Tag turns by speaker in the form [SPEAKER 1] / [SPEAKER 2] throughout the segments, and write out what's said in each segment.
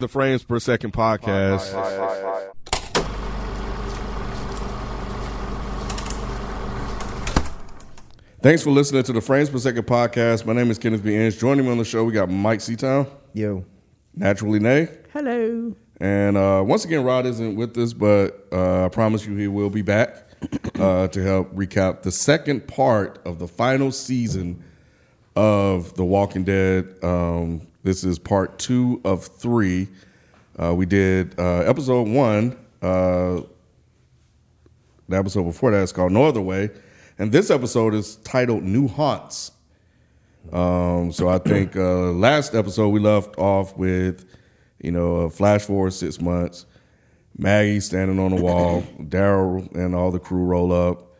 [SPEAKER 1] the frames per second podcast. Thanks for listening to the frames per second podcast. My name is Kenneth B. Inge. Joining me on the show, we got Mike Seatown,
[SPEAKER 2] Yo.
[SPEAKER 1] naturally Nay,
[SPEAKER 2] Hello.
[SPEAKER 1] and uh, once again Rod isn't with us, but uh, I promise you he will be back uh, to help recap the second part of the final season of The Walking Dead. Um, this is part two of three. Uh, we did uh, episode one. Uh, the episode before that is called No Other Way, and this episode is titled New Haunts. Um, so I think uh, last episode we left off with, you know, a flash forward six months, Maggie standing on the wall, Daryl and all the crew roll up,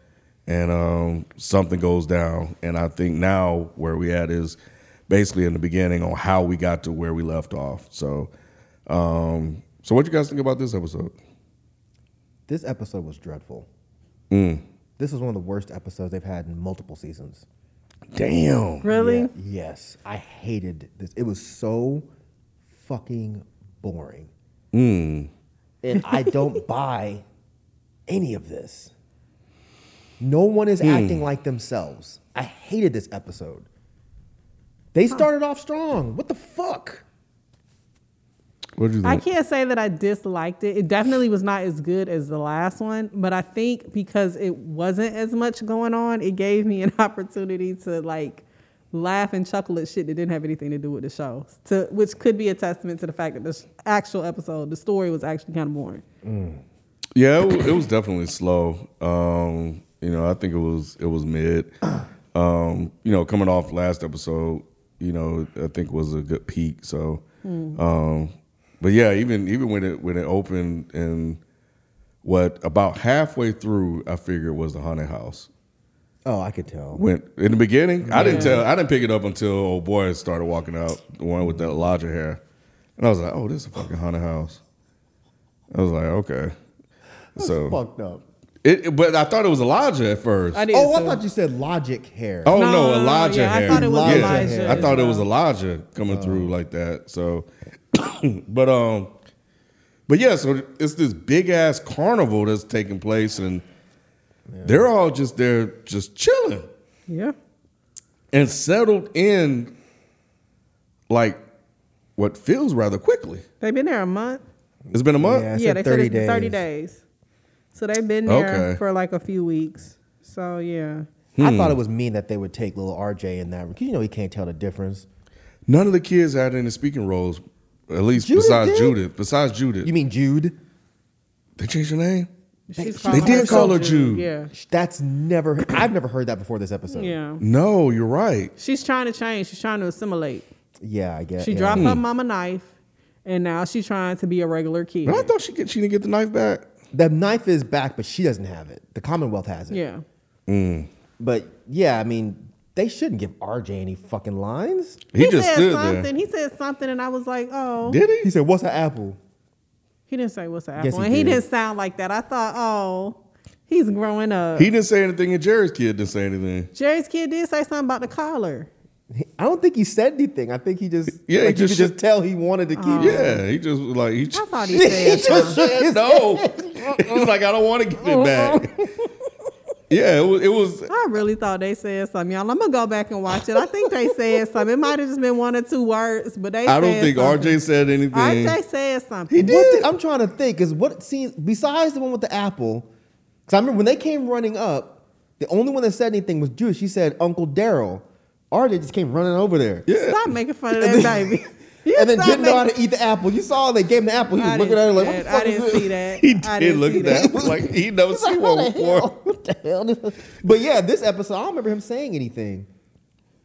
[SPEAKER 1] and um, something goes down. And I think now where we at is basically in the beginning on how we got to where we left off. So, um, so what you guys think about this episode?
[SPEAKER 2] This episode was dreadful. Mm. This was one of the worst episodes they've had in multiple seasons.
[SPEAKER 1] Damn.
[SPEAKER 3] Really?
[SPEAKER 2] Yeah, yes. I hated this. It was so fucking boring. Mm. And I don't buy any of this. No one is acting like themselves. I hated this episode. They started off strong. What the fuck?
[SPEAKER 1] What do you think?
[SPEAKER 3] I can't say that I disliked it. It definitely was not as good as the last one, but I think because it wasn't as much going on, it gave me an opportunity to like laugh and chuckle at shit that didn't have anything to do with the show. To which could be a testament to the fact that the actual episode, the story was actually kind of boring.
[SPEAKER 1] Yeah, it, wa- it was definitely slow. Um, you know, I think it was it was mid. Um, you know, coming off last episode, you know, I think was a good peak. So,
[SPEAKER 2] Hmm.
[SPEAKER 1] um, but yeah, even even when it when it opened and what about halfway through, I figured was the haunted house.
[SPEAKER 2] Oh, I could tell.
[SPEAKER 1] Went in the beginning, I didn't tell, I didn't pick it up until old boy started walking out, the one with the Elijah hair, and I was like, oh, this is a fucking haunted house. I was like, okay. So
[SPEAKER 2] Fucked up.
[SPEAKER 1] it, it- but I thought it was Elijah at first.
[SPEAKER 3] I did.
[SPEAKER 2] Oh, I
[SPEAKER 3] so-
[SPEAKER 2] thought you said logic hair.
[SPEAKER 1] oh no,
[SPEAKER 3] No, no, no,
[SPEAKER 1] Elijah!
[SPEAKER 3] yeah, I
[SPEAKER 1] had-
[SPEAKER 3] thought it was
[SPEAKER 2] Elijah
[SPEAKER 1] I
[SPEAKER 3] as
[SPEAKER 1] thought it was
[SPEAKER 3] well.
[SPEAKER 1] Elijah coming through like that. So, but um, but yeah. So it's this big ass carnival that's taking place, and they're all just there, just chilling
[SPEAKER 3] yeah.
[SPEAKER 1] and settled in, like what feels rather quickly.
[SPEAKER 3] They've been there a month.
[SPEAKER 1] It's been a month.
[SPEAKER 2] Uh, Yeah. I
[SPEAKER 3] yeah,
[SPEAKER 2] said
[SPEAKER 3] they
[SPEAKER 2] 30
[SPEAKER 3] said it's been 30
[SPEAKER 2] days.
[SPEAKER 3] days. So they've been there
[SPEAKER 1] Okay.
[SPEAKER 3] for like a few weeks. So yeah.
[SPEAKER 1] Hmm.
[SPEAKER 2] I thought it was mean that they would take little RJ in that because you know he can't tell the difference.
[SPEAKER 1] None of the kids had any speaking roles, at least
[SPEAKER 2] Judith
[SPEAKER 1] besides
[SPEAKER 2] did?
[SPEAKER 1] Judith. Besides Judith,
[SPEAKER 2] You mean Jude?
[SPEAKER 1] they changed her name.
[SPEAKER 3] She's
[SPEAKER 2] They
[SPEAKER 1] did call her
[SPEAKER 3] Jew.
[SPEAKER 1] Jew.
[SPEAKER 3] Yeah.
[SPEAKER 2] That's never. I've never heard that before this episode.
[SPEAKER 3] Yeah.
[SPEAKER 1] No, you're right.
[SPEAKER 3] She's trying to change. She's trying to assimilate.
[SPEAKER 2] Yeah, I guess.
[SPEAKER 3] She dropped
[SPEAKER 1] Hmm.
[SPEAKER 3] her mama knife, and now she's trying to be a regular kid.
[SPEAKER 1] But I thought she get, she didn't get the knife back.
[SPEAKER 2] The knife is back, but she doesn't have it. The Commonwealth has it.
[SPEAKER 3] yeah.
[SPEAKER 2] But yeah, I mean, they shouldn't give RJ any fucking lines.
[SPEAKER 1] He, just
[SPEAKER 3] said
[SPEAKER 1] stood
[SPEAKER 3] something.
[SPEAKER 1] there.
[SPEAKER 3] He said something, and I was like, "Oh."
[SPEAKER 1] Did he?
[SPEAKER 2] He said, "What's an apple?"
[SPEAKER 3] He didn't say what's the
[SPEAKER 2] Yes,
[SPEAKER 3] apple,
[SPEAKER 2] he
[SPEAKER 3] and he
[SPEAKER 2] did.
[SPEAKER 3] didn't sound like that. I thought, "Oh, he's growing up."
[SPEAKER 1] He didn't say anything, and Jerry's kid didn't say anything.
[SPEAKER 3] Jerry's kid did say something about the collar.
[SPEAKER 2] I don't think he said anything. I think he just.
[SPEAKER 1] Yeah, he
[SPEAKER 2] like you
[SPEAKER 1] just
[SPEAKER 2] could
[SPEAKER 1] should-
[SPEAKER 2] just tell he wanted to keep. it.
[SPEAKER 1] Yeah, he just was like he.
[SPEAKER 3] Oh.
[SPEAKER 1] Just,
[SPEAKER 3] I thought he said. uh-huh. something.
[SPEAKER 1] no, he's like I don't want to give it back. yeah, it was. It was
[SPEAKER 3] I really thought they said something, y'all. I'm gonna go back and watch it. I think they said something. It might have just been one or two words, but they.
[SPEAKER 1] I don't
[SPEAKER 3] said
[SPEAKER 1] think
[SPEAKER 3] something.
[SPEAKER 1] RJ said anything.
[SPEAKER 3] RJ said something.
[SPEAKER 2] He did. I'm trying to think. Is what seems besides the one with the apple? Because I remember when they came running up, the only one that said anything was Jewish. She said Uncle Daryl. RJ just came running over there.
[SPEAKER 1] Yeah.
[SPEAKER 3] Stop making fun of that baby. You
[SPEAKER 2] And then
[SPEAKER 3] stop
[SPEAKER 2] didn't know how
[SPEAKER 3] making-
[SPEAKER 2] to eat the apple. You saw they gave him the apple. He
[SPEAKER 3] I
[SPEAKER 2] was looking
[SPEAKER 3] didn't
[SPEAKER 2] at her like,
[SPEAKER 3] see
[SPEAKER 2] what the fuck
[SPEAKER 3] that. I
[SPEAKER 2] is
[SPEAKER 3] didn't
[SPEAKER 2] this?
[SPEAKER 3] see that.
[SPEAKER 1] He
[SPEAKER 3] I
[SPEAKER 1] did
[SPEAKER 3] didn't
[SPEAKER 1] look
[SPEAKER 3] see
[SPEAKER 1] at that. like he never
[SPEAKER 2] It's like,
[SPEAKER 1] seen
[SPEAKER 2] how
[SPEAKER 1] one
[SPEAKER 2] the
[SPEAKER 1] before.
[SPEAKER 2] hell? What the hell? But yeah, this episode, I don't remember him saying anything.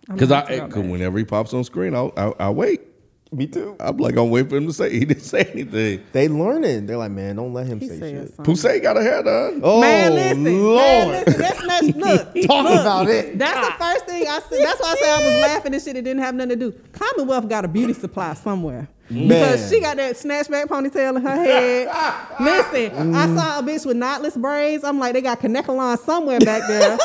[SPEAKER 3] I'm
[SPEAKER 1] Because
[SPEAKER 3] not
[SPEAKER 1] I,
[SPEAKER 3] talking about
[SPEAKER 1] cause whenever he pops on screen, I'll, I'll, I'll wait.
[SPEAKER 4] Me too.
[SPEAKER 1] I'm like, I'm waiting for him to say. He didn't say anything.
[SPEAKER 2] They learning. They're like, man, don't let him
[SPEAKER 3] He
[SPEAKER 2] say
[SPEAKER 3] said
[SPEAKER 2] shit.
[SPEAKER 3] something.
[SPEAKER 1] Pousse got a hair done.
[SPEAKER 2] Oh
[SPEAKER 3] man, listen, man,
[SPEAKER 2] lord,
[SPEAKER 3] listen. That's not look.
[SPEAKER 2] Talk
[SPEAKER 3] look,
[SPEAKER 2] about it.
[SPEAKER 3] That's the first thing I said. That's why I said I was laughing at shit. It didn't have nothing to do. Commonwealth got a beauty supply somewhere because
[SPEAKER 2] Man.
[SPEAKER 3] she got that snatchback ponytail in her head. listen, I saw a bitch with knotless braids. I'm like, they got Conecalon somewhere back there,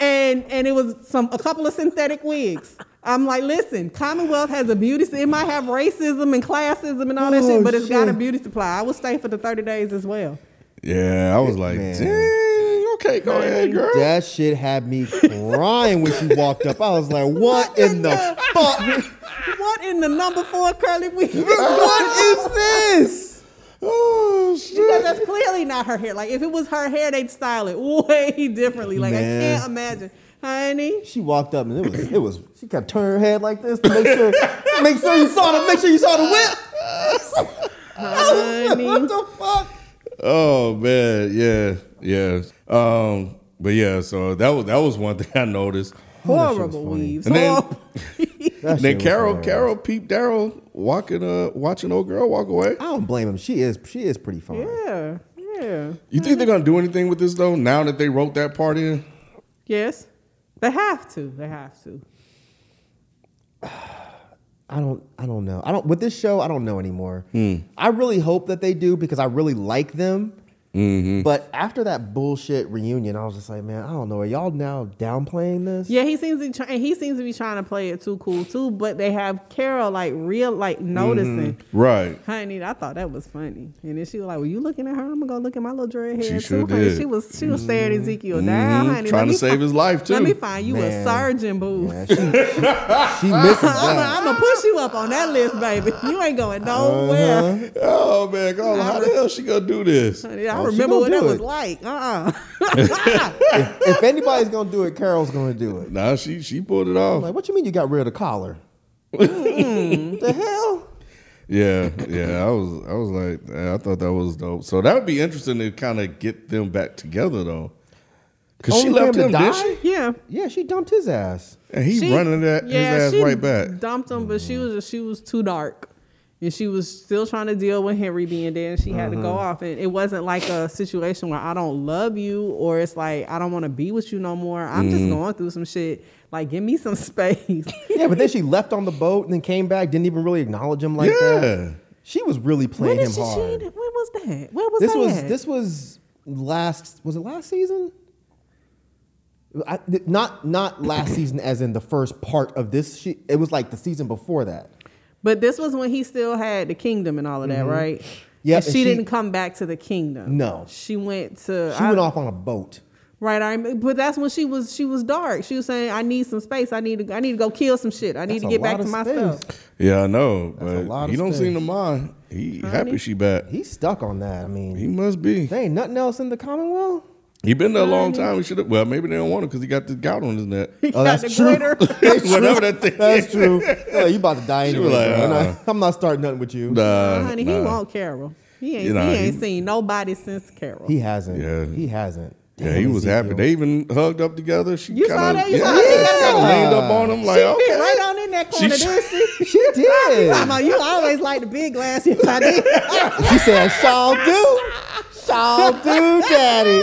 [SPEAKER 3] and and it was some a couple of synthetic wigs. I'm like, listen, Commonwealth has a beauty. It might have racism and classism and all that
[SPEAKER 2] Oh,
[SPEAKER 3] shit, but it's got a
[SPEAKER 2] shit.
[SPEAKER 3] beauty supply. I will stay for the 30 days as well.
[SPEAKER 1] Yeah, I was like,
[SPEAKER 2] Man.
[SPEAKER 1] dang, okay, go ahead, girl.
[SPEAKER 2] that shit had me crying when she walked up. I was like, what in the fuck?
[SPEAKER 3] What in the number four curly wig?
[SPEAKER 2] What is this?
[SPEAKER 1] Oh
[SPEAKER 3] Because
[SPEAKER 1] shit.
[SPEAKER 3] that's clearly not her hair. Like if it was her hair, they'd style it way differently. Like
[SPEAKER 2] Man.
[SPEAKER 3] I can't imagine, honey.
[SPEAKER 2] She walked up and it was it was she kept turning her head like this to make sure make sure you saw the make sure you saw the whip. what
[SPEAKER 3] Honey,
[SPEAKER 2] the fuck?
[SPEAKER 1] Oh man, yeah, yeah. Um, but yeah, so that was that was one thing I noticed.
[SPEAKER 3] horrible weaves. Oh,
[SPEAKER 1] And then-
[SPEAKER 3] Horrible.
[SPEAKER 2] That shit
[SPEAKER 1] Then
[SPEAKER 2] was
[SPEAKER 1] Carol,
[SPEAKER 2] hilarious.
[SPEAKER 1] Carol peeped Daryl walking uh watching old girl walk away.
[SPEAKER 2] I
[SPEAKER 3] Oh,
[SPEAKER 2] don't blame him. She is she is pretty fine.
[SPEAKER 3] yeah, yeah.
[SPEAKER 1] You think they're gonna do anything with this though, now that they wrote that part in?
[SPEAKER 3] Yes, they have to. They have to.
[SPEAKER 2] I don't I don't know. I don't with this show, I don't know anymore.
[SPEAKER 1] Hmm.
[SPEAKER 2] I really hope that they do because I really like them.
[SPEAKER 1] Mm-hmm.
[SPEAKER 2] But after that bullshit reunion, I was just like, man, I don't know. Are y'all now downplaying this?
[SPEAKER 3] Yeah, he seems to be try- and he seems to be trying to play it too cool too. But they have Carol like real like noticing.
[SPEAKER 1] Mm-hmm. Right.
[SPEAKER 3] Honey, I thought that was funny. And then she was like, Well, you looking at her? I'm gonna go look at my little dread
[SPEAKER 1] She
[SPEAKER 3] hair
[SPEAKER 1] sure
[SPEAKER 3] too. Honey.
[SPEAKER 1] did.
[SPEAKER 3] She was she was staring Ezekiel down,
[SPEAKER 1] Mhm.
[SPEAKER 3] honey.
[SPEAKER 1] Trying
[SPEAKER 3] Let
[SPEAKER 1] to
[SPEAKER 3] me
[SPEAKER 1] save
[SPEAKER 3] fi-
[SPEAKER 1] his life,
[SPEAKER 3] Let me
[SPEAKER 1] too.
[SPEAKER 3] find you a
[SPEAKER 2] Man.
[SPEAKER 3] surgeon, boo.
[SPEAKER 2] Yeah, she, she, she misses that.
[SPEAKER 3] I'm gonna push you up on that list, baby. You ain't going nowhere.
[SPEAKER 1] Oh man, Carol, how the hell she gonna do this?
[SPEAKER 3] Honey, I
[SPEAKER 2] Uh-huh. Oh, she
[SPEAKER 3] remember
[SPEAKER 2] gonna
[SPEAKER 3] what that
[SPEAKER 2] do
[SPEAKER 3] was
[SPEAKER 2] it.
[SPEAKER 3] like. Uh uh
[SPEAKER 2] If anybody's gonna do it, Carol's gonna do it.
[SPEAKER 1] Nah, she she pulled it
[SPEAKER 2] I'm
[SPEAKER 1] off.
[SPEAKER 2] like, what you mean you got rid of the collar?
[SPEAKER 1] Mm-hmm.
[SPEAKER 2] the hell?
[SPEAKER 1] Yeah, yeah. I was I was like, eh, I thought that was dope. So that would be interesting to kind of get them back together though, because she
[SPEAKER 2] Only for
[SPEAKER 1] left him,
[SPEAKER 2] him to
[SPEAKER 1] did
[SPEAKER 2] die?
[SPEAKER 1] she?
[SPEAKER 3] yeah.
[SPEAKER 2] Yeah, she dumped his ass.
[SPEAKER 1] And he's
[SPEAKER 3] She-
[SPEAKER 1] running that his ass
[SPEAKER 3] she
[SPEAKER 1] right back.
[SPEAKER 3] Dumped him, but
[SPEAKER 2] Mm.
[SPEAKER 3] she was she was too dark, and she was still trying to deal with Henry being there, and she had to go
[SPEAKER 2] Uh-huh.
[SPEAKER 3] off. And it wasn't like a situation where I don't love you, or it's like I don't want to be with you no more. I'm
[SPEAKER 2] Mm.
[SPEAKER 3] just going through some shit. Like, give me some space.
[SPEAKER 2] Yeah, but then she left on the boat and then came back, didn't even really acknowledge him like
[SPEAKER 1] Yeah.
[SPEAKER 2] that. She was really
[SPEAKER 3] When
[SPEAKER 2] playing
[SPEAKER 3] did
[SPEAKER 2] him
[SPEAKER 3] she?
[SPEAKER 2] hard.
[SPEAKER 3] she where was that? Where was
[SPEAKER 2] this
[SPEAKER 3] that?
[SPEAKER 2] was
[SPEAKER 3] at?
[SPEAKER 2] this was last was it last season I, th- not not last season as in the first part of this she, it was like the season before that
[SPEAKER 3] But this was when he still had the kingdom and all of that, right?
[SPEAKER 2] Mm-hmm. Yep, and
[SPEAKER 3] And she,
[SPEAKER 2] she-
[SPEAKER 3] didn't come back to the kingdom.
[SPEAKER 2] No.
[SPEAKER 3] She went to.
[SPEAKER 2] she
[SPEAKER 3] I-
[SPEAKER 2] went off on a boat
[SPEAKER 3] Right, I remember, but that's when she was she was dark. She was saying, "I need some space. I need to I need to go kill some shit. I
[SPEAKER 2] That's
[SPEAKER 3] need to
[SPEAKER 2] a
[SPEAKER 3] get back
[SPEAKER 2] lot
[SPEAKER 3] to
[SPEAKER 2] of
[SPEAKER 3] my
[SPEAKER 2] space.
[SPEAKER 3] stuff."
[SPEAKER 1] Yeah, I know,
[SPEAKER 2] That's a
[SPEAKER 1] but
[SPEAKER 2] lot
[SPEAKER 1] he
[SPEAKER 2] of
[SPEAKER 1] don't seem
[SPEAKER 2] space.
[SPEAKER 1] to mind. He happy she back. He,
[SPEAKER 2] he's stuck on that i mean
[SPEAKER 1] must be.
[SPEAKER 2] there ain't nothing else in the commonwealth
[SPEAKER 1] He been there a long time. He should have. Well, maybe they don't want him because he got this gout on his neck.
[SPEAKER 2] oh
[SPEAKER 3] Got the greater-
[SPEAKER 1] Whatever that thing.
[SPEAKER 2] that's true oh, you about to die
[SPEAKER 1] She
[SPEAKER 2] anyway
[SPEAKER 1] was like,
[SPEAKER 2] bro. I'm,
[SPEAKER 1] uh-uh.
[SPEAKER 2] not, I'm not starting nothing with you
[SPEAKER 1] Nah,
[SPEAKER 3] honey, he
[SPEAKER 1] Uh, nah.
[SPEAKER 3] won't Carol. He ain't
[SPEAKER 1] You know,
[SPEAKER 3] he ain't
[SPEAKER 1] he-
[SPEAKER 3] seen nobody since Carol.
[SPEAKER 2] he hasn't
[SPEAKER 1] Yeah.
[SPEAKER 2] he hasn't
[SPEAKER 1] Yeah,
[SPEAKER 2] Damn,
[SPEAKER 1] he was happy.
[SPEAKER 2] Ezekiel.
[SPEAKER 1] They even hugged up together. She
[SPEAKER 3] You
[SPEAKER 1] kinda,
[SPEAKER 3] saw that? You
[SPEAKER 1] yeah,
[SPEAKER 3] saw how she got
[SPEAKER 1] kind of
[SPEAKER 3] up?
[SPEAKER 1] leaned up on him like,
[SPEAKER 3] she
[SPEAKER 1] okay,
[SPEAKER 3] fit right on in that corner,
[SPEAKER 1] She-
[SPEAKER 3] didn't she?
[SPEAKER 2] she
[SPEAKER 3] Talking
[SPEAKER 2] did
[SPEAKER 3] about, you always like the big glass. Yes, I did.
[SPEAKER 2] she said shall do shall do daddy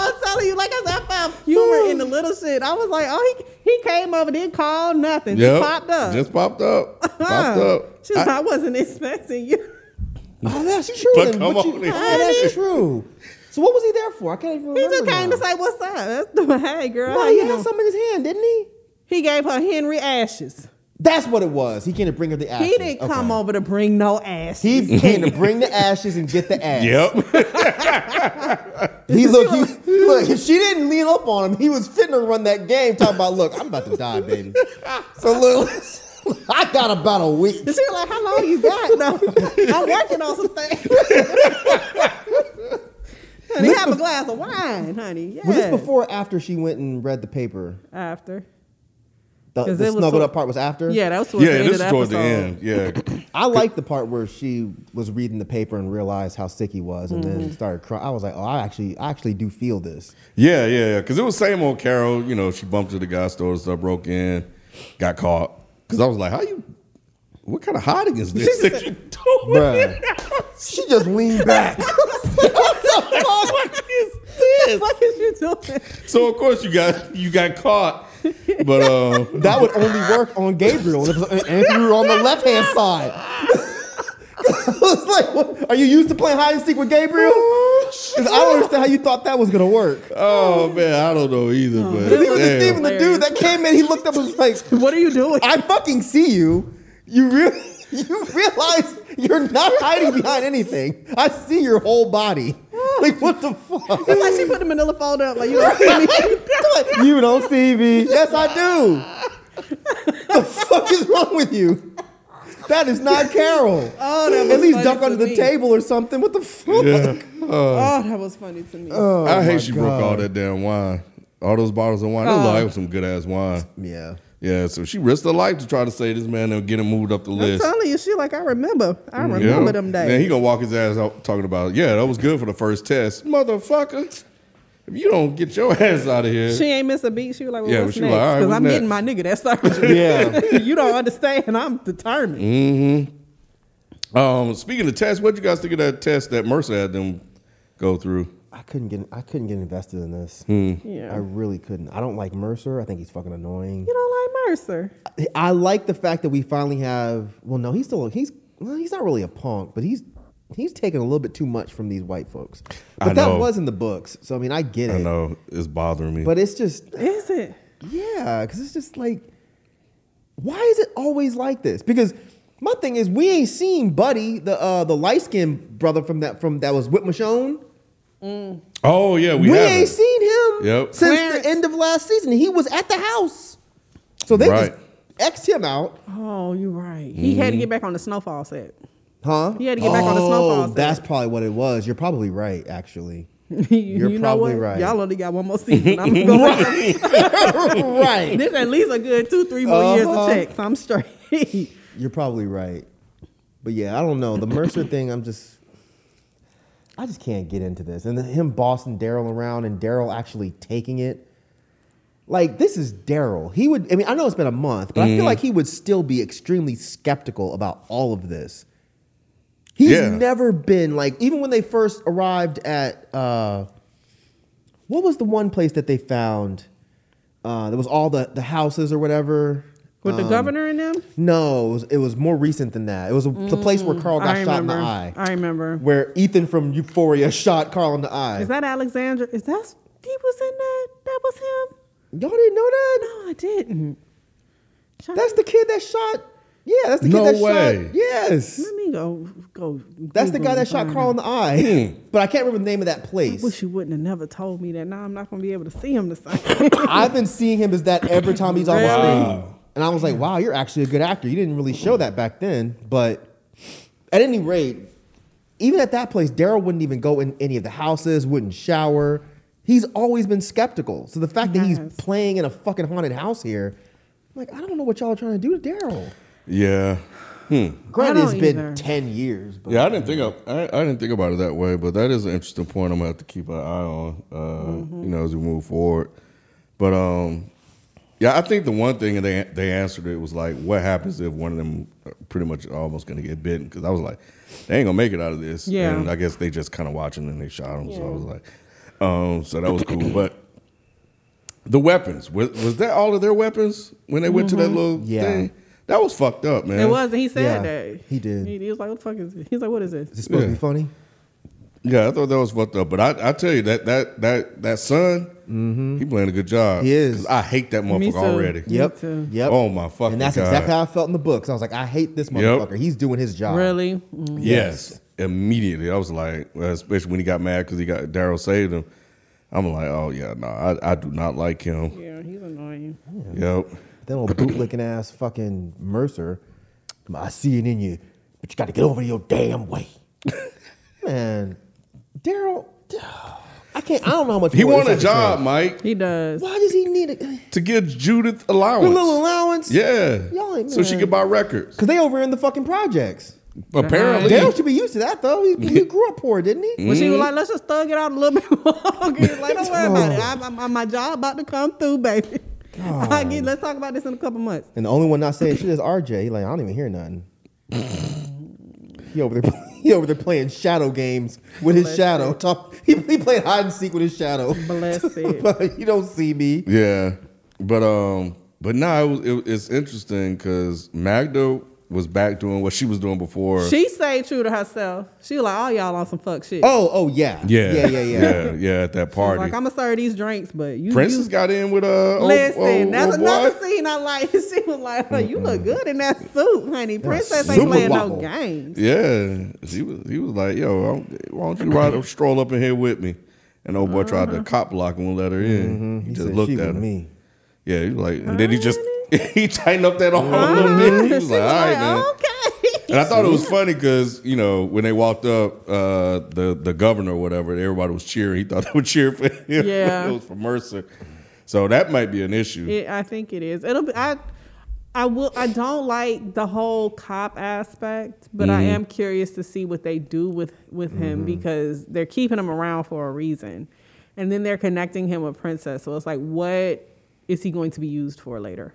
[SPEAKER 3] I'm telling you, like I said, I found humor in the little shit. I was like, oh, he he came over, didn't call nothing,
[SPEAKER 1] Yep.
[SPEAKER 3] just popped up.
[SPEAKER 1] Just popped up. Popped
[SPEAKER 3] Huh.
[SPEAKER 1] up.
[SPEAKER 3] She's
[SPEAKER 1] I-
[SPEAKER 3] like, I wasn't expecting you.
[SPEAKER 2] Oh, that's true.
[SPEAKER 1] But
[SPEAKER 2] then.
[SPEAKER 1] come
[SPEAKER 2] What
[SPEAKER 1] on
[SPEAKER 2] you,
[SPEAKER 1] in.
[SPEAKER 2] Ah, that's true. So what was he there for? I can't even
[SPEAKER 3] He
[SPEAKER 2] remember.
[SPEAKER 3] just came
[SPEAKER 2] now.
[SPEAKER 3] to say, "What's up?" That's the hey, girl.
[SPEAKER 2] Well,
[SPEAKER 3] how
[SPEAKER 2] he
[SPEAKER 3] you
[SPEAKER 2] had
[SPEAKER 3] doing?
[SPEAKER 2] some in his hand, didn't he?
[SPEAKER 3] He gave her Henry ashes.
[SPEAKER 2] That's what it was. He came to bring her the ashes.
[SPEAKER 3] He didn't
[SPEAKER 2] Okay.
[SPEAKER 3] come over to bring no ashes.
[SPEAKER 2] He came to bring the ashes and get the ash.
[SPEAKER 1] Yep.
[SPEAKER 2] He look, he, look. If she didn't lean up on him, he was fitting to run that game. Talking about, look, I'm about to die, baby. So look, I got about a week.
[SPEAKER 3] And she was like, "How long you got?" though? I'm working on some things. honey, have a glass of wine, honey. Yeah.
[SPEAKER 2] Was this before or after she went and read the paper?
[SPEAKER 3] After.
[SPEAKER 2] The,
[SPEAKER 3] 'Cause
[SPEAKER 2] the
[SPEAKER 3] it was
[SPEAKER 2] snuggled
[SPEAKER 3] so-
[SPEAKER 2] up part was after.
[SPEAKER 3] Yeah, that was towards
[SPEAKER 1] yeah,
[SPEAKER 3] the end
[SPEAKER 1] this
[SPEAKER 3] of
[SPEAKER 1] is
[SPEAKER 3] the
[SPEAKER 1] towards the
[SPEAKER 3] episode.
[SPEAKER 1] end. Yeah.
[SPEAKER 2] I like the part where she was reading the paper and realized how sick he was, and
[SPEAKER 1] Mm-hmm.
[SPEAKER 2] then started crying. I was like, "Oh, I actually, I actually do feel this."
[SPEAKER 1] Yeah, yeah, yeah. Because it was same old Carol. You know, she bumped into the guy store and stuff, broke in, got caught. Because I was like, how you, What kind of hiding is this that you're doing?
[SPEAKER 2] Bruh. She just leaned back.
[SPEAKER 1] what is this?
[SPEAKER 3] What is you doing?
[SPEAKER 1] So of course you got you got caught, but uh,
[SPEAKER 2] That would only work on Gabriel. If if Anthony were on the left hand side. I was like, what? are you used to playing hide and seek with Gabriel? 'Cause I don't understand how you thought that was gonna work.
[SPEAKER 1] oh man, Oh, I don't know either.
[SPEAKER 3] Oh,
[SPEAKER 1] But
[SPEAKER 2] Because he was
[SPEAKER 1] damn.
[SPEAKER 2] just even the dude that came in. He looked up and was like,
[SPEAKER 3] What are you doing?
[SPEAKER 2] "I fucking see you. You real you realize you're not hiding behind anything. I see your whole body. Like what the fuck?
[SPEAKER 3] It's like she put the manila fold up. Like, you don't see me.
[SPEAKER 2] Like, you don't see me. Yes, I do. the fuck is wrong with you? That is not Carol.
[SPEAKER 3] Oh, that was
[SPEAKER 2] At least
[SPEAKER 3] funny
[SPEAKER 2] duck
[SPEAKER 3] to
[SPEAKER 2] under the
[SPEAKER 3] me.
[SPEAKER 2] table or something. What the fuck?
[SPEAKER 3] Oh, that was funny to me.
[SPEAKER 2] Oh.
[SPEAKER 1] Uh, I hate she broke all that damn wine, all those bottles of wine.
[SPEAKER 3] Oh.
[SPEAKER 1] That looked like some good ass wine.
[SPEAKER 2] Yeah.
[SPEAKER 1] Yeah, so she risked her life to try to say this man and get him moved up the
[SPEAKER 3] I'm
[SPEAKER 1] list.
[SPEAKER 3] telling you, she like, I remember. I remember them days.
[SPEAKER 1] Mm, Man, he gonna walk his ass out talking about, yeah, that was good for the first test, motherfucker. If you don't get your ass out of here,
[SPEAKER 3] She ain't miss a beat. She was like, well,
[SPEAKER 1] Yeah,
[SPEAKER 3] what's
[SPEAKER 1] but she was like,
[SPEAKER 3] next?
[SPEAKER 1] all right,
[SPEAKER 3] Because
[SPEAKER 1] what's
[SPEAKER 3] I'm
[SPEAKER 1] next?
[SPEAKER 3] getting my nigga that surgery.
[SPEAKER 2] Yeah.
[SPEAKER 3] you don't understand. I'm determined.
[SPEAKER 1] um, speaking of tests, what you guys think of that test that Mercer had them go through?
[SPEAKER 2] I couldn't get I couldn't get invested in this.
[SPEAKER 3] Yeah.
[SPEAKER 2] I really couldn't. I don't like Mercer. I think he's fucking annoying.
[SPEAKER 3] You don't like Mercer.
[SPEAKER 2] I like the fact that we finally have. Well, no, he's still he's well, he's not really a punk, but he's he's taking a little bit too much from these white folks. But
[SPEAKER 1] I know.
[SPEAKER 2] that was in the books, so I mean, I get it.
[SPEAKER 1] I know it's bothering me.
[SPEAKER 2] But it's just
[SPEAKER 3] Is it?
[SPEAKER 2] yeah, because it's just like, why is it always like this? Because my thing is, we ain't seen Buddy, the uh, the light skinned brother from that from that was with Michonne.
[SPEAKER 1] oh yeah, we,
[SPEAKER 2] We,
[SPEAKER 1] have it.
[SPEAKER 2] ain't seen him
[SPEAKER 1] Yep.
[SPEAKER 2] since
[SPEAKER 3] Clarence.
[SPEAKER 2] the end of last season. He was at the house, so they
[SPEAKER 1] Right.
[SPEAKER 2] just xed him out,
[SPEAKER 3] Oh, you're right. He had to get back on the snowfall set.
[SPEAKER 2] huh? Oh,
[SPEAKER 3] He had to get back on the snowball set.
[SPEAKER 2] That's probably what it was. You're probably right, actually.
[SPEAKER 3] you
[SPEAKER 2] You're
[SPEAKER 3] know
[SPEAKER 2] probably
[SPEAKER 3] what?
[SPEAKER 2] right.
[SPEAKER 3] Y'all only got one more season. I'm going.
[SPEAKER 2] right.
[SPEAKER 3] This at least a good two, three more years
[SPEAKER 2] Uh-huh.
[SPEAKER 3] of checks. I'm straight.
[SPEAKER 2] You're probably right. But yeah, I don't know. The Mercer thing, I'm just I just can't get into this. And then him bossing Daryl around and Daryl actually taking it. Like, this is Daryl. He would I mean, I know it's been a month, but I feel like he would still be extremely skeptical about all of this. He's
[SPEAKER 1] Yeah.
[SPEAKER 2] never been like, even when they first arrived at uh what was the one place that they found? Uh, there was all the, the houses or whatever.
[SPEAKER 3] With the governor in them?
[SPEAKER 2] No, it was, it was more recent than that. It was the place where Carl got
[SPEAKER 3] Mm, I
[SPEAKER 2] shot
[SPEAKER 3] remember.
[SPEAKER 2] in the eye.
[SPEAKER 3] I remember.
[SPEAKER 2] Where Ethan from Euphoria shot Carl in the eye.
[SPEAKER 3] Is that Alexandra? Is that he was in that? That was him?
[SPEAKER 2] Y'all didn't know that?
[SPEAKER 3] No, I didn't. Shut
[SPEAKER 2] That's the kid that shot. Yeah, that's the
[SPEAKER 1] No
[SPEAKER 2] kid that
[SPEAKER 1] way.
[SPEAKER 2] shot. Yes.
[SPEAKER 3] Let me go. Go.
[SPEAKER 2] That's the
[SPEAKER 3] Google
[SPEAKER 2] guy
[SPEAKER 3] and
[SPEAKER 2] that shot
[SPEAKER 3] find
[SPEAKER 2] Carl in
[SPEAKER 3] out.
[SPEAKER 2] the eye.
[SPEAKER 1] Hmm.
[SPEAKER 2] But I can't remember the name of that place.
[SPEAKER 3] Wish you wouldn't have never told me that. Now I'm not gonna be able to see him the same.
[SPEAKER 2] I've been seeing him as that every time he's on the
[SPEAKER 3] Really?
[SPEAKER 2] screen. And I was like, wow, you're actually a good actor. You didn't really show that back then. But at any rate, even at that place, Daryl wouldn't even go in any of the houses, wouldn't shower. He's always been skeptical. So the fact that he's
[SPEAKER 3] Yes.
[SPEAKER 2] playing in a fucking haunted house here, I'm like, I don't know what y'all are trying to do to Daryl.
[SPEAKER 1] yeah,
[SPEAKER 2] Granted, it's
[SPEAKER 3] don't
[SPEAKER 2] been
[SPEAKER 3] either.
[SPEAKER 2] 10 years. But
[SPEAKER 1] yeah. I didn't think of, I, I didn't think about it that way, but that is an interesting point. I'm gonna have to keep an eye on, uh,
[SPEAKER 3] Mm-hmm.
[SPEAKER 1] you know, as we move forward. But um, yeah, I think the one thing they they answered it was like, what happens if one of them are pretty much almost gonna get bitten? Because I was like, they ain't gonna make it out of this.
[SPEAKER 3] Yeah.
[SPEAKER 1] and I guess they just kind of watching and they shot him. So I was like, um, so that was cool. but the weapons was, was that all of their weapons when they went to that little
[SPEAKER 2] Yeah.
[SPEAKER 1] thing? That was fucked up, man.
[SPEAKER 3] Mm-hmm. it was, and he said
[SPEAKER 2] Yeah,
[SPEAKER 3] that
[SPEAKER 2] he did.
[SPEAKER 3] He, he was like, "What the fuck is?" This? He's like, "What is this?"
[SPEAKER 2] Is it supposed to
[SPEAKER 1] Yeah.
[SPEAKER 2] be funny?
[SPEAKER 1] Yeah, I thought that was fucked up. But I, I tell you that that that that son, he playing a good job.
[SPEAKER 2] Mm-hmm. He is.
[SPEAKER 1] 'Cause I hate that
[SPEAKER 3] Me
[SPEAKER 1] motherfucker
[SPEAKER 3] too.
[SPEAKER 1] already.
[SPEAKER 3] Me
[SPEAKER 2] Yep.
[SPEAKER 3] too.
[SPEAKER 2] Yep.
[SPEAKER 1] Oh my fucking
[SPEAKER 2] And that's
[SPEAKER 1] God.
[SPEAKER 2] exactly how I felt in the books. I was like, I hate this motherfucker. He's doing his job.
[SPEAKER 3] Really? Mm.
[SPEAKER 1] Yes. Immediately, I was like, well, especially when he got mad because he got Daryl saved him. I'm like, oh yeah, no, I, I do not like him.
[SPEAKER 3] Yeah, he's annoying.
[SPEAKER 1] Yep.
[SPEAKER 2] That old bootlicking ass fucking Mercer. Come on, I see it in you, but you got to get over your damn way. Man, Daryl, I can't. I don't know how much
[SPEAKER 1] He
[SPEAKER 2] more
[SPEAKER 1] won a
[SPEAKER 2] this has to
[SPEAKER 1] job,
[SPEAKER 2] take.
[SPEAKER 1] Mike,
[SPEAKER 3] He does.
[SPEAKER 2] Why does he need a, a
[SPEAKER 1] to give Judith allowance.
[SPEAKER 2] little allowance?
[SPEAKER 1] Yeah.
[SPEAKER 2] Y'all ain't
[SPEAKER 1] so she
[SPEAKER 2] mad.
[SPEAKER 1] could buy records.
[SPEAKER 2] because they over in the fucking projects.
[SPEAKER 1] Apparently,
[SPEAKER 2] Daryl should be used to that though. He, he grew up poor, didn't he?
[SPEAKER 1] Mm-hmm.
[SPEAKER 3] But she was like, "Let's just thug it out a little bit longer." He's like, "Don't worry about it. I'm, I'm, my job about to come through, baby. I get. Let's talk about this in a couple months."
[SPEAKER 2] And the only one not saying shit is RJ. He like I don't even hear nothing. He over there, he over there playing shadow games with his
[SPEAKER 3] Bless
[SPEAKER 2] shadow. Talk, he, he playing hide and seek with his shadow.
[SPEAKER 3] Bless it.
[SPEAKER 2] But you don't see me.
[SPEAKER 1] Yeah, but um, but now it was, it, it's interesting because Magda was back doing what she was doing before.
[SPEAKER 3] She stayed true to herself. She was like, all y'all on some fuck shit.
[SPEAKER 2] Oh, oh yeah,
[SPEAKER 1] yeah,
[SPEAKER 2] yeah, yeah, yeah.
[SPEAKER 1] yeah, yeah, at that party.
[SPEAKER 3] Like, I'm gonna serve these drinks, but you.
[SPEAKER 1] Princess
[SPEAKER 3] you-
[SPEAKER 1] got in with uh, a.
[SPEAKER 3] Listen, that's another
[SPEAKER 1] oh, what?
[SPEAKER 3] scene I like. She was like, oh, you look good in that suit, honey. Princess
[SPEAKER 2] super
[SPEAKER 3] ain't playing
[SPEAKER 2] wobble.
[SPEAKER 3] no games.
[SPEAKER 1] Yeah, he was. He was like, "Yo, I'm- why don't you ride up, stroll up in here with me?" And old boy tried
[SPEAKER 3] Uh-huh.
[SPEAKER 1] to cop block and won't let her in. He,
[SPEAKER 2] Mm-hmm. He
[SPEAKER 1] just
[SPEAKER 2] said,
[SPEAKER 1] looked
[SPEAKER 2] "She
[SPEAKER 1] at
[SPEAKER 2] with
[SPEAKER 1] her.
[SPEAKER 2] me.
[SPEAKER 1] Yeah, he was like, and then he just he tightened up that arm a little bit. He was
[SPEAKER 3] She
[SPEAKER 1] like, "All right,
[SPEAKER 3] was
[SPEAKER 1] man."
[SPEAKER 3] like, okay.
[SPEAKER 1] And I thought it was funny because you know when they walked up, uh, the the governor or whatever, everybody was cheering. He thought they would cheer for him.
[SPEAKER 3] Yeah.
[SPEAKER 1] it was for Mercer. So that might be an issue.
[SPEAKER 3] It, I think it is. It'll be. I. I will. I don't like the whole cop aspect, but
[SPEAKER 2] Mm-hmm.
[SPEAKER 3] I am curious to see what they do with with him because they're keeping him around for a reason, and then they're connecting him with Princess. So it's like, what is he going to be used for later?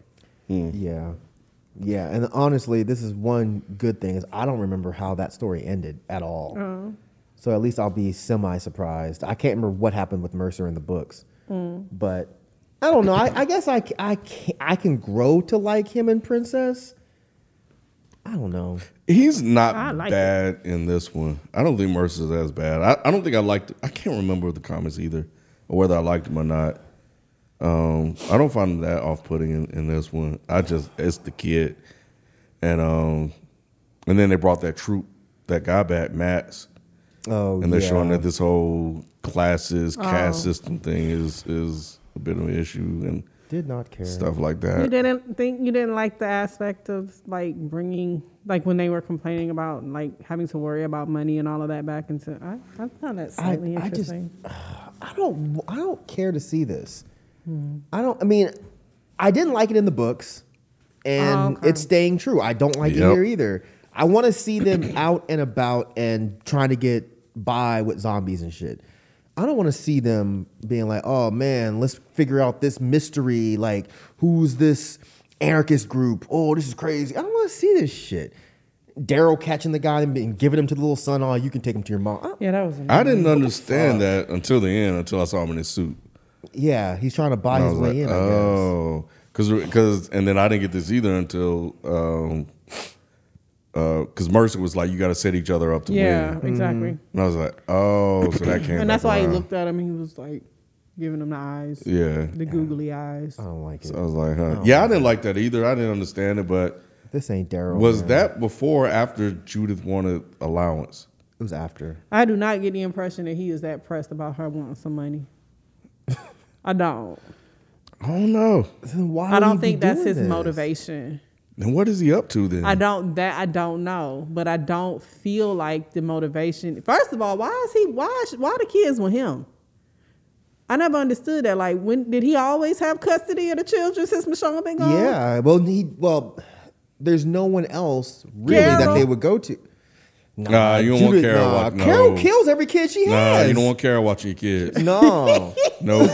[SPEAKER 1] Mm.
[SPEAKER 2] Yeah, yeah. And honestly, this is one good thing is I don't remember how that story ended at all. So at least I'll be semi surprised. I can't remember what happened with Mercer in the books, but I don't know. I, I guess I c- I can I can grow to like him and Princess. I don't know.
[SPEAKER 1] He's not
[SPEAKER 3] I like
[SPEAKER 1] bad in this one. I don't think Mercer's as bad. I, I don't think I liked. I can't remember the comments either, or whether I liked him or not. Um, I don't find him that off-putting in, in this one. I just it's the kid, and um, and then they brought that troop, that guy back, Max.
[SPEAKER 2] Oh,
[SPEAKER 1] and they're
[SPEAKER 2] yeah.
[SPEAKER 1] showing that this whole classes caste system thing is is a bit of an issue and
[SPEAKER 2] did not care.
[SPEAKER 1] stuff like
[SPEAKER 2] Uh,
[SPEAKER 3] You
[SPEAKER 1] that.
[SPEAKER 3] didn't think you didn't like the aspect of like bringing like when they were complaining about like having to worry about money and all of that back into. I, I found that
[SPEAKER 2] I,
[SPEAKER 3] slightly
[SPEAKER 2] I just
[SPEAKER 3] interesting.
[SPEAKER 2] I don't I don't care to see this. I don't I mean I didn't like it in the books and
[SPEAKER 3] Oh, okay.
[SPEAKER 2] it's staying true. I don't like
[SPEAKER 1] Yep.
[SPEAKER 2] it here either. I want to see them out and about and trying to get by with zombies and shit. I don't want to see them being like, "Oh man, let's figure out this mystery like who's this anarchist group? Oh, this is crazy." I don't want to see this shit. Daryl catching the guy and being- giving him to the little son. Oh, you can take him to your mom. I don't-
[SPEAKER 3] yeah, that was.
[SPEAKER 1] I didn't understand that until the end, until I saw him in his suit.
[SPEAKER 2] Yeah, he's trying to buy
[SPEAKER 1] And I
[SPEAKER 2] his
[SPEAKER 1] was
[SPEAKER 2] way
[SPEAKER 1] like,
[SPEAKER 2] in. I guess.
[SPEAKER 1] oh, because and then I didn't get this either until um, because Mercer was like, you got to set each other up to
[SPEAKER 3] Yeah,
[SPEAKER 2] Mm-hmm.
[SPEAKER 1] win,
[SPEAKER 3] exactly.
[SPEAKER 1] and I was like, oh, so that came
[SPEAKER 3] And that's
[SPEAKER 1] back
[SPEAKER 3] why he
[SPEAKER 1] around.
[SPEAKER 3] looked at him. He was like giving him the eyes,
[SPEAKER 1] Yeah,
[SPEAKER 3] the googly eyes.
[SPEAKER 2] I don't like it.
[SPEAKER 1] so I was like, huh? Yeah, I didn't like that either. I didn't understand it, but.
[SPEAKER 2] This ain't Daryl.
[SPEAKER 1] Was
[SPEAKER 2] Oh, man.
[SPEAKER 1] that before or after Judith wanted allowance?
[SPEAKER 2] It was after.
[SPEAKER 3] I do not get the impression that he is that pressed about her wanting some money. I don't.
[SPEAKER 1] I don't know.
[SPEAKER 2] Then why?
[SPEAKER 3] I
[SPEAKER 2] would
[SPEAKER 3] don't
[SPEAKER 2] he be
[SPEAKER 3] think that's
[SPEAKER 2] doing
[SPEAKER 3] his
[SPEAKER 2] this?
[SPEAKER 3] motivation.
[SPEAKER 1] Then what is he up to then?
[SPEAKER 3] I don't that I don't know, but I don't feel like the motivation. First of all, why is he why is, why the kids with him? I never understood that. Like, when did he always have custody of the children since Michonne been gone?
[SPEAKER 2] Yeah. Well, he. Well, there's no one else really that
[SPEAKER 3] Carol.
[SPEAKER 2] they would go to.
[SPEAKER 1] Nah, you don't want Carol
[SPEAKER 2] nah.
[SPEAKER 1] watch- no.
[SPEAKER 2] Carol kills every kid she
[SPEAKER 1] nah,
[SPEAKER 2] has.
[SPEAKER 1] you don't want Kara watching your kids.
[SPEAKER 2] No,
[SPEAKER 1] no.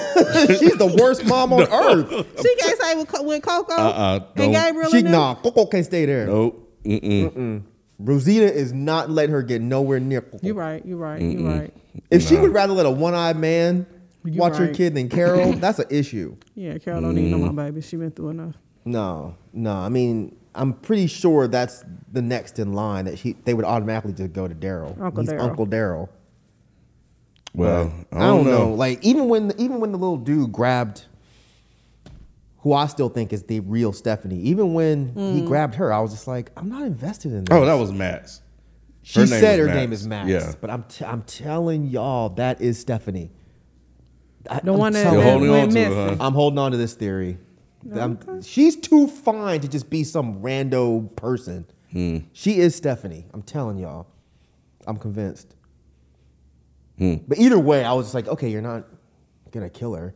[SPEAKER 2] she's the worst mom on earth.
[SPEAKER 3] She can't stay with, Co- with Coco
[SPEAKER 1] Uh-uh, don't.
[SPEAKER 3] and Gabriel.
[SPEAKER 2] She
[SPEAKER 3] and them?
[SPEAKER 2] nah, Coco can't stay there.
[SPEAKER 1] Nope. Mm-mm.
[SPEAKER 2] Rosita is not letting her get nowhere near Coco.
[SPEAKER 3] You're right. You're right. You're right.
[SPEAKER 2] If she would rather let a one-eyed man
[SPEAKER 3] You
[SPEAKER 2] watch her
[SPEAKER 3] right.
[SPEAKER 2] kid than Carol, that's an issue.
[SPEAKER 3] Yeah, Carol don't even know my baby. She been through enough.
[SPEAKER 2] No, no. I mean, I'm pretty sure that's the next in line that he they would automatically just go to Daryl.
[SPEAKER 3] Uncle
[SPEAKER 2] He's
[SPEAKER 3] Daryl.
[SPEAKER 2] Uncle Daryl.
[SPEAKER 1] Well,
[SPEAKER 2] I don't, know. Like even when even when the little dude grabbed, who I still think is the real Stephanie. Even when
[SPEAKER 3] Mm.
[SPEAKER 2] he grabbed her, I was just like, I'm not invested in this.
[SPEAKER 1] Oh, that was Max.
[SPEAKER 2] she
[SPEAKER 1] her name
[SPEAKER 2] said
[SPEAKER 1] is
[SPEAKER 2] her
[SPEAKER 1] Max.
[SPEAKER 2] name is Max.
[SPEAKER 1] Yeah.
[SPEAKER 2] but I'm t- I'm telling y'all that is Stephanie. I,
[SPEAKER 3] The
[SPEAKER 2] I'm
[SPEAKER 3] one that
[SPEAKER 2] telling-
[SPEAKER 1] You're
[SPEAKER 3] that
[SPEAKER 1] holding
[SPEAKER 3] went
[SPEAKER 1] on to it,
[SPEAKER 3] missing.
[SPEAKER 1] huh?
[SPEAKER 2] I'm holding on to this theory. I'm- she's too fine to just be some rando person. She is Stephanie. I'm telling y'all. I'm convinced. But either way, I was just like, okay, you're not gonna kill her.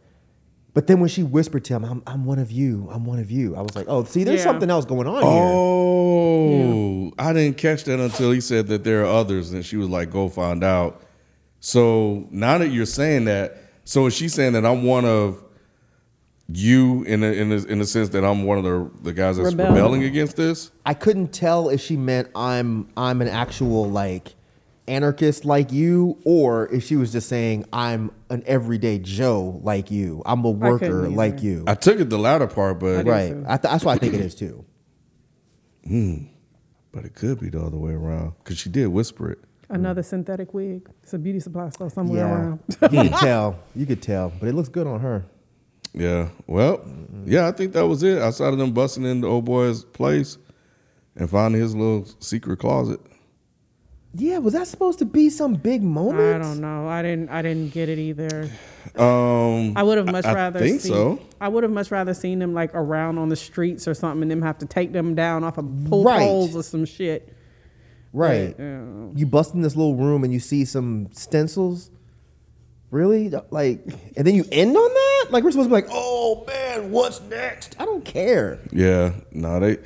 [SPEAKER 2] But then when she whispered to him, I'm, I'm one of you, I'm one of you, I was like, oh, see, there's
[SPEAKER 3] Yeah.
[SPEAKER 2] something else going on here.
[SPEAKER 1] Oh, I didn't catch that until he said that there are others, and she was like, "Go find out." So now that you're saying that, so is she saying that I'm one of you in a, in a, in the sense that I'm one of the the guys that's
[SPEAKER 3] Rebelling.
[SPEAKER 1] rebelling against this.
[SPEAKER 2] I couldn't tell if she meant I'm I'm an actual like anarchist like you, or if she was just saying I'm an everyday Joe like you. I'm a worker
[SPEAKER 3] either.
[SPEAKER 2] like you.
[SPEAKER 1] I took it the latter part, but
[SPEAKER 2] right.
[SPEAKER 3] too.
[SPEAKER 2] I th- that's what I think it is too.
[SPEAKER 1] but it could be the other way around because she did whisper it.
[SPEAKER 3] Another synthetic wig. It's a beauty supply store somewhere
[SPEAKER 2] Yeah,
[SPEAKER 3] around.
[SPEAKER 2] you could tell. You could tell, but it looks good on her.
[SPEAKER 1] Yeah. Well,
[SPEAKER 3] Mm-hmm.
[SPEAKER 1] yeah, I think that was it. Outside of them busting into old boy's place and finding his little secret closet.
[SPEAKER 2] Yeah, was that supposed to be some big moment?
[SPEAKER 3] I don't know. I didn't. I didn't get it either.
[SPEAKER 1] Um,
[SPEAKER 3] I would have much
[SPEAKER 1] I
[SPEAKER 3] rather.
[SPEAKER 1] think
[SPEAKER 3] seen,
[SPEAKER 1] so.
[SPEAKER 3] I would have much rather seen them like around on the streets or something, and them have to take them down off of pull
[SPEAKER 2] Right.
[SPEAKER 3] poles or some shit.
[SPEAKER 2] Right. You bust in this little room and you see some stencils. Really? Like, and then you end on that? Like, we're supposed to be like, oh man, what's next? I don't care.
[SPEAKER 1] yeah. No, they.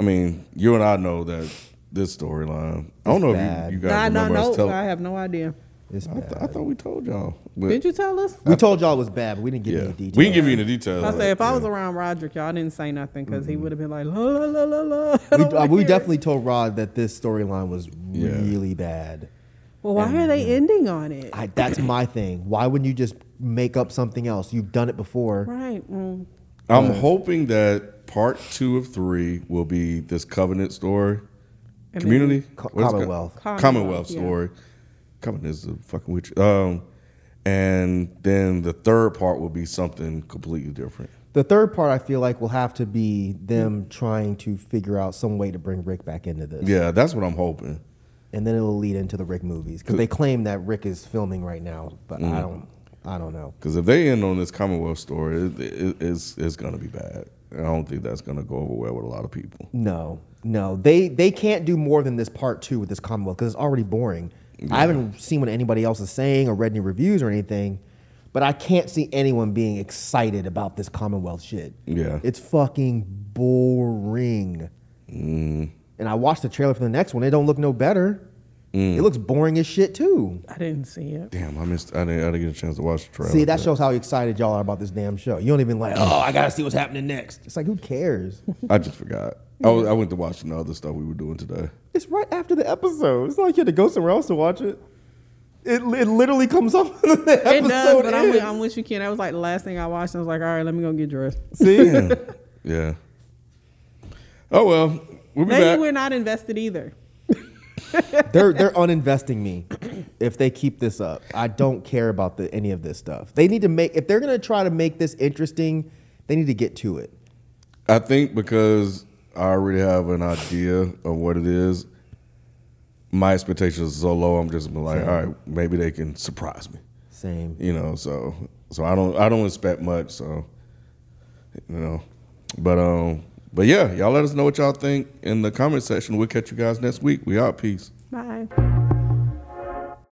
[SPEAKER 1] I mean, you and I know that this storyline. I don't know
[SPEAKER 2] bad.
[SPEAKER 1] if you, you
[SPEAKER 3] I
[SPEAKER 1] guys
[SPEAKER 3] no,
[SPEAKER 1] remember
[SPEAKER 3] no,
[SPEAKER 1] us telling.
[SPEAKER 3] I have no idea.
[SPEAKER 2] It's
[SPEAKER 1] I,
[SPEAKER 2] bad.
[SPEAKER 1] th- I thought we told y'all. But,
[SPEAKER 3] Did you tell us?
[SPEAKER 2] we told y'all it was bad, but we didn't give
[SPEAKER 1] Yeah.
[SPEAKER 2] any details.
[SPEAKER 1] We can give you the details.
[SPEAKER 3] I say if I was
[SPEAKER 1] Yeah.
[SPEAKER 3] around Roderick, y'all didn't say nothing because he would have been like la la la la la. I
[SPEAKER 2] We,
[SPEAKER 3] don't
[SPEAKER 2] uh,
[SPEAKER 3] wanna
[SPEAKER 2] we
[SPEAKER 3] hear it."
[SPEAKER 2] definitely told Rod that this storyline was
[SPEAKER 1] Yeah.
[SPEAKER 2] really bad.
[SPEAKER 3] Well, why are they ending on it?
[SPEAKER 2] I, that's my thing. Why wouldn't you just make up something else? You've done it before.
[SPEAKER 3] right. mm.
[SPEAKER 1] I'm hoping that part two of three will be this covenant story,
[SPEAKER 3] And
[SPEAKER 1] community,
[SPEAKER 2] Co-
[SPEAKER 1] What is it called?
[SPEAKER 2] Commonwealth.
[SPEAKER 1] Commonwealth,
[SPEAKER 3] Commonwealth, yeah.
[SPEAKER 1] story. Covenant is a fucking witch. Um, and then the third part will be something completely different.
[SPEAKER 2] The third part, I feel like, will have to be them trying to figure out some way to bring Rick back into this.
[SPEAKER 1] Yeah, that's what I'm hoping.
[SPEAKER 2] and then it'll lead into the Rick movies because they claim that Rick is filming right now, but
[SPEAKER 1] Mm.
[SPEAKER 2] I don't, I don't know.
[SPEAKER 1] Because if they end on this Commonwealth story, it, it, it's it's gonna be bad. I don't think that's gonna go over well with a lot of people.
[SPEAKER 2] No, no, they they can't do more than this part two with this Commonwealth because it's already boring. I haven't seen what anybody else is saying or read any reviews or anything, but I can't see anyone being excited about this Commonwealth shit.
[SPEAKER 1] Yeah.
[SPEAKER 2] it's fucking boring.
[SPEAKER 1] Mm.
[SPEAKER 2] And I watched the trailer for the next one; it don't look no better.
[SPEAKER 1] Mm.
[SPEAKER 2] It looks boring as shit too.
[SPEAKER 3] I didn't see it.
[SPEAKER 1] Damn, I missed. I didn't, I didn't get a chance to watch the trailer.
[SPEAKER 2] See, that shows how excited y'all are about this damn show. You don't even like, oh, I gotta see what's happening next. It's like, who cares?
[SPEAKER 1] I just forgot. I, was, I went to watch the other stuff we were doing today.
[SPEAKER 2] it's right after the episode. It's not like you had to go somewhere else to watch it. It, it literally comes up in the
[SPEAKER 3] It
[SPEAKER 2] episode.
[SPEAKER 3] does, but I'm with,
[SPEAKER 2] ends.
[SPEAKER 3] I'm with you, Ken. That was like the last thing I watched. I was like, all right, let me go get dressed.
[SPEAKER 2] See?
[SPEAKER 1] Yeah. Oh well, we'll be
[SPEAKER 3] Maybe
[SPEAKER 1] back.
[SPEAKER 3] we're not invested either.
[SPEAKER 2] they're they're uninvesting me if they keep this up. I don't care about the, any of this stuff. They need to make if they're gonna try to make this interesting, they need to get to it.
[SPEAKER 1] I think because I already have an idea of what it is. My expectations are so low. I'm just like, all right, maybe they can surprise me.
[SPEAKER 2] Same.
[SPEAKER 1] You know, so so I don't I don't expect much. So you know, but um, but yeah, y'all let us know what y'all think in the comment section. We'll catch you guys next week. We out. Peace.
[SPEAKER 3] Bye.